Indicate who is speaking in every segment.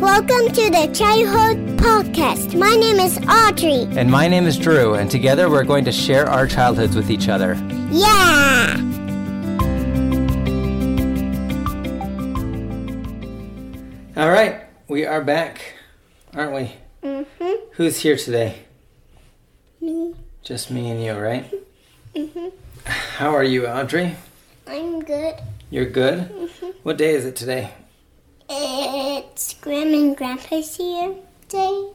Speaker 1: Welcome to the Childhood Podcast. My name is Audrey.
Speaker 2: And my name is Drew, and together we're going to share our childhoods with each other.
Speaker 1: Yeah!
Speaker 2: All right, we are back, aren't we?
Speaker 1: Mm-hmm.
Speaker 2: Who's here today?
Speaker 1: Me. Mm-hmm.
Speaker 2: Just me and you, right? How are you, Audrey?
Speaker 1: I'm good. Mm-hmm.
Speaker 2: You're good? What day is it today?
Speaker 1: It's Grandma and Grandpa's here day.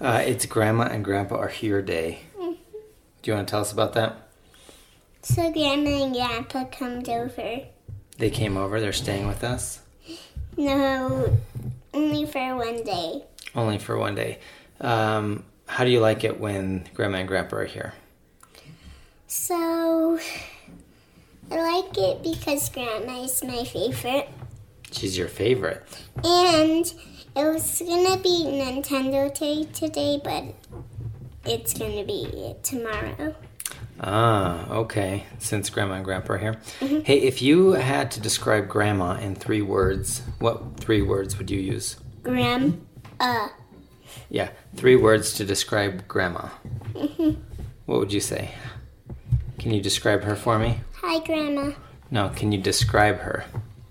Speaker 2: Uh, it's Grandma and Grandpa are here day.
Speaker 1: Mm-hmm.
Speaker 2: Do you want to tell us about that?
Speaker 1: So Grandma and Grandpa comes over.
Speaker 2: They came over, they're staying with us
Speaker 1: No, only for one day.
Speaker 2: only for one day. Um, how do you like it when Grandma and Grandpa are here?
Speaker 1: So I like it because Grandma is my favorite.
Speaker 2: She's your favorite.
Speaker 1: And it was gonna be Nintendo Day today, but it's gonna be it tomorrow.
Speaker 2: Ah, okay. Since Grandma and Grandpa are here.
Speaker 1: Mm-hmm.
Speaker 2: Hey, if you had to describe Grandma in three words, what three words would you use?
Speaker 1: Graham, uh,
Speaker 2: Yeah, three words to describe Grandma.
Speaker 1: Mm-hmm.
Speaker 2: What would you say? Can you describe her for me?
Speaker 1: hi Grandma.
Speaker 2: No, can you describe her?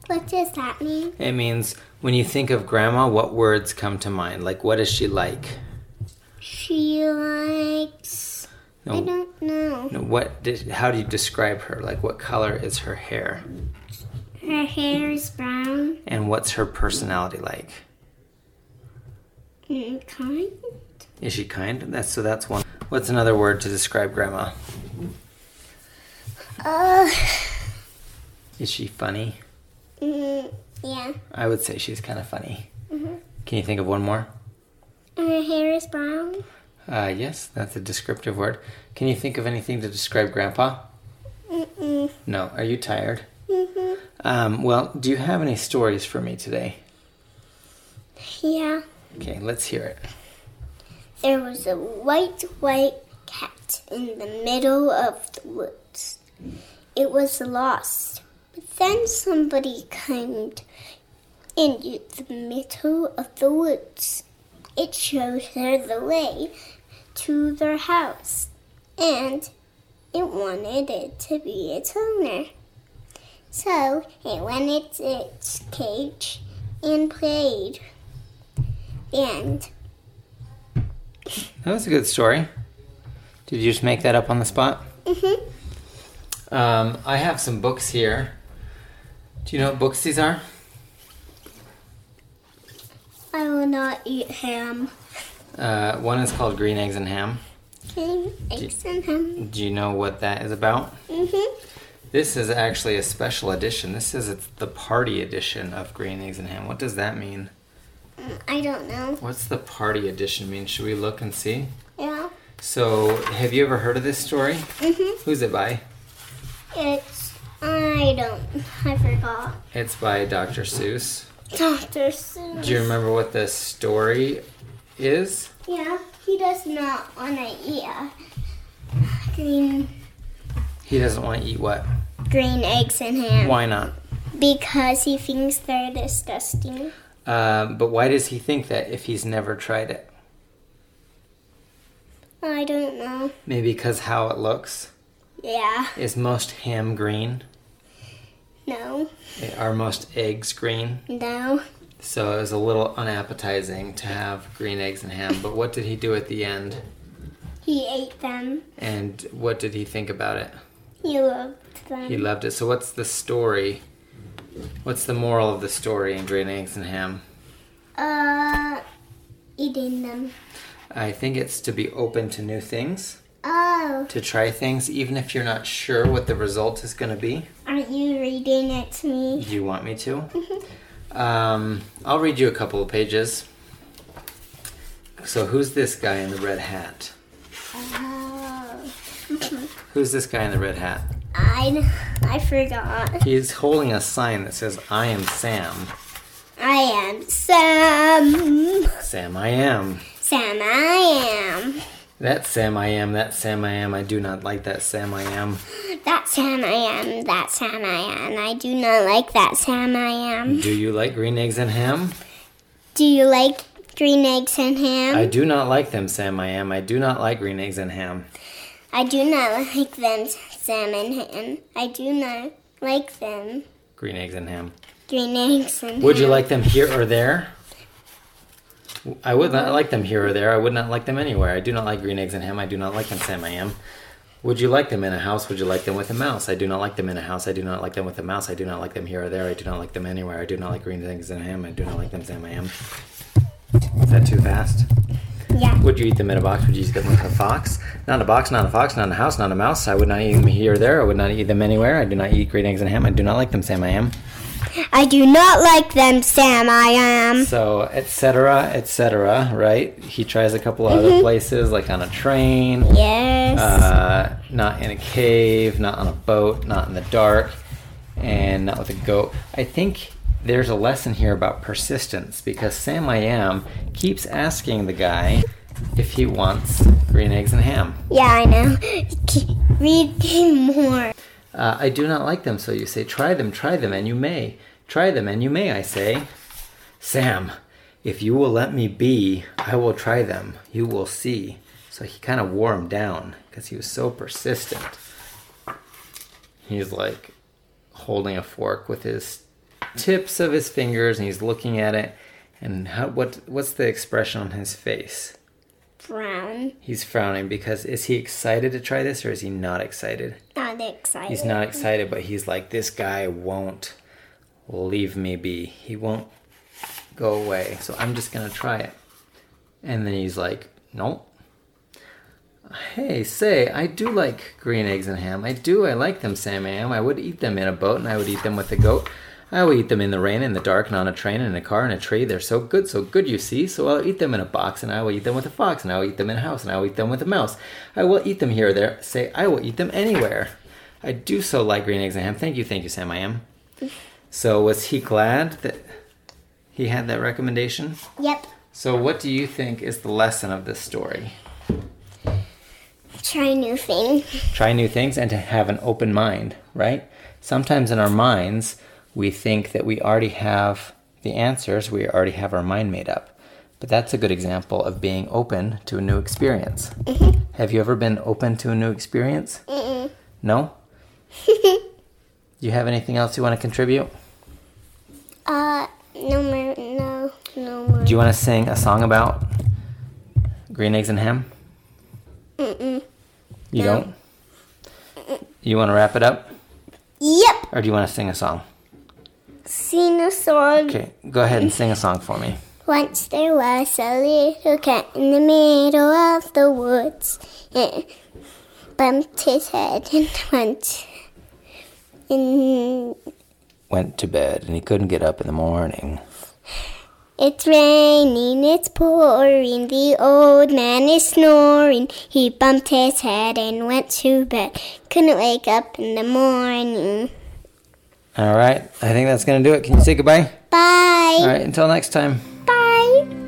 Speaker 1: What does that mean?
Speaker 2: It means when you think of Grandma, what words come to mind? Like, what is she like?
Speaker 1: She likes. I
Speaker 2: No.
Speaker 1: don't know.
Speaker 2: No, What? Did, how do you describe her? Like, what color is her hair?
Speaker 1: Her hair is brown
Speaker 2: And what's her personality like?
Speaker 1: and kind.
Speaker 2: Is she kind? That's so. That's one. What's another word to describe Grandma?
Speaker 1: Uh,
Speaker 2: Is she funny?
Speaker 1: mm, yeah.
Speaker 2: I would say she's kind of funny.
Speaker 1: Mhm.
Speaker 2: Can you think of one more?
Speaker 1: Her hair is brown.
Speaker 2: Uh, yes, that's a descriptive word. Can you think of anything to describe Grandpa?
Speaker 1: Mm-mm.
Speaker 2: No. Are you tired?
Speaker 1: Mm-hmm.
Speaker 2: Um, well, do you have any stories for me today?
Speaker 1: Yeah.
Speaker 2: Okay, let's hear it.
Speaker 1: There was a white, white cat in the middle of the woods. It was lost. But then somebody came into the middle of the woods. It showed her the way to their house, and it wanted it to be its owner. So it went into its cage and played. And
Speaker 2: That was a good story. Did you just make that up on the spot?
Speaker 1: hmm
Speaker 2: Um, I have some books here. Do you know what books these are?
Speaker 1: I will not eat ham.
Speaker 2: Uh, one is called Green Eggs and Ham.
Speaker 1: Can you eggs and ham?
Speaker 2: Do you know what that is about?
Speaker 1: Mm-hmm.
Speaker 2: This is actually a special edition. This is it's the party edition of Green Eggs and Ham. What does that mean?
Speaker 1: I don't know.
Speaker 2: What's the party edition mean? Should we look and see?
Speaker 1: Yeah.
Speaker 2: So, have you ever heard of this story?
Speaker 1: Mm-hmm.
Speaker 2: Who's it by?
Speaker 1: It's I don't. I forgot.
Speaker 2: It's by Dr. Seuss.
Speaker 1: Doctor Seuss.
Speaker 2: Do you remember what the story is?
Speaker 1: Yeah. He does not want to eat a green
Speaker 2: He doesn't want to eat what?
Speaker 1: green eggs and ham
Speaker 2: Why not?
Speaker 1: because he thinks they're disgusting.
Speaker 2: Um, but why does he think that if he's never tried it?
Speaker 1: I don't know.
Speaker 2: Maybe because how it looks
Speaker 1: Yeah.
Speaker 2: is most ham green. eh,
Speaker 1: No.
Speaker 2: Are most eggs green?
Speaker 1: No.
Speaker 2: So it was a little unappetizing to have green eggs and ham. But what did he do at the end?
Speaker 1: He ate them.
Speaker 2: And what did he think about it?
Speaker 1: He loved them.
Speaker 2: He loved it. So what's the story? What's the moral of the story in green eggs and ham?
Speaker 1: uh, eating them.
Speaker 2: I think it's to be open to new things,
Speaker 1: Oh,
Speaker 2: to try things, even if you're not sure what the result is going to be.
Speaker 1: aren't you reading it to me?
Speaker 2: Do you want me to? Um, I'll read you a couple of pages. So, who's this guy in the red hat?
Speaker 1: Oh,
Speaker 2: Who's this guy in the red hat?
Speaker 1: I I forgot.
Speaker 2: He's holding a sign that says, I am Sam.
Speaker 1: I am Sam.
Speaker 2: Sam, I am.
Speaker 1: Sam, I
Speaker 2: That Sam, I am. That Sam, I am. I do not like that Sam, I am.
Speaker 1: am. That Sam, I am. That Sam, I am. I do not like that Sam, I am.
Speaker 2: Do you like green eggs and ham?
Speaker 1: Do you like green eggs and ham?
Speaker 2: I do not like them, Sam. I am. I do not like green eggs and ham.
Speaker 1: I do not like them, Sam and ham. I do not like them,
Speaker 2: Green eggs and ham.
Speaker 1: green eggs and
Speaker 2: Would you
Speaker 1: ham.
Speaker 2: like them here or there? I would not like them here or there. I would not like them anywhere. I do not like green eggs and ham. I do not like them, Sam. I am. Would you like them in a house? Would you like them with a mouse? I do not like them in a house. I do not like them with a mouse. I do not like them here or there. I do not like them anywhere. I do not like green eggs and ham. I do not like them, Sam. I am. Is that too fast?
Speaker 1: Yeah.
Speaker 2: Would you eat them in a box? Would you eat them with a fox? Not a box, not a fox, not a house, not a mouse. I would not eat them here or there. I would not eat them anywhere. I do not eat green eggs and ham. I do not like them, Sam. I am.
Speaker 1: I do not like them, Sam. I am.
Speaker 2: So, etc., etc., right? He tries a couple of other places, like on a train,
Speaker 1: Yes.
Speaker 2: uh, not in a cave, not on a boat, not in the dark, and not with a goat. I think there's a lesson here about persistence because Sam I Am keeps asking the guy if he wants green eggs and ham.
Speaker 1: yeah, I know. Read me more.
Speaker 2: Uh, I do not like them, so you say, Try them, try them, and you may. Try them, and you may, I say. Sam, if you will let me be, I will try them. You will see. So he kind of wore him down because he was so persistent. He's like holding a fork with his tips of his fingers and he's looking at it. And how, what, what's the expression on his face?
Speaker 1: Brown.
Speaker 2: He's frowning because is he excited to try this or is he not excited?
Speaker 1: Not excited.
Speaker 2: He's not excited, but he's like, this guy won't leave me be. He won't go away. So I'm just going to try it. And then he's like, nope. Hey, say, I do like green eggs and ham. I do. I like them, Sam. I am. I would eat them in a boat and I would eat them with a goat. I will eat them in the rain, in the dark, and on a train, in a car, in a tree. They're so good, so good, you see. So I'll eat them in a box, and I will eat them with a fox, and I will eat them in a house, and I will eat them with a mouse. I will eat them here or there. Say, I will eat them anywhere. I do so like green eggs and ham. Thank you, thank you, Sam. I am. So was he glad that he had that recommendation?
Speaker 1: Yep.
Speaker 2: So what do you think is the lesson of this story?
Speaker 1: Try new thing.
Speaker 2: try new things and to have an open mind, right? Sometimes in our minds, we think that we already have the answers, we already have our mind made up. But that's a good example of being open to a new experience. Have you ever been open to a new experience? No? Do you have anything else you want to contribute?
Speaker 1: Uh, no more. No, no more.
Speaker 2: Do you want to sing a song about green eggs and ham? Mm-mm. You don't? You want to wrap it up?
Speaker 1: Yep.
Speaker 2: Or do you want to sing a song?
Speaker 1: Seen a sword.
Speaker 2: Okay, go ahead and sing a song for me.
Speaker 1: Once there was a little cat in the middle of the woods. It bumped his head and went. And
Speaker 2: Went to bed and he couldn't get up in the morning.
Speaker 1: It's raining, it's pouring, the old man is snoring. He bumped his head and went to bed. Couldn't wake up in the morning.
Speaker 2: All right, I think that's going to do it. Can you say goodbye?
Speaker 1: Bye.
Speaker 2: All right, until next time.
Speaker 1: Bye.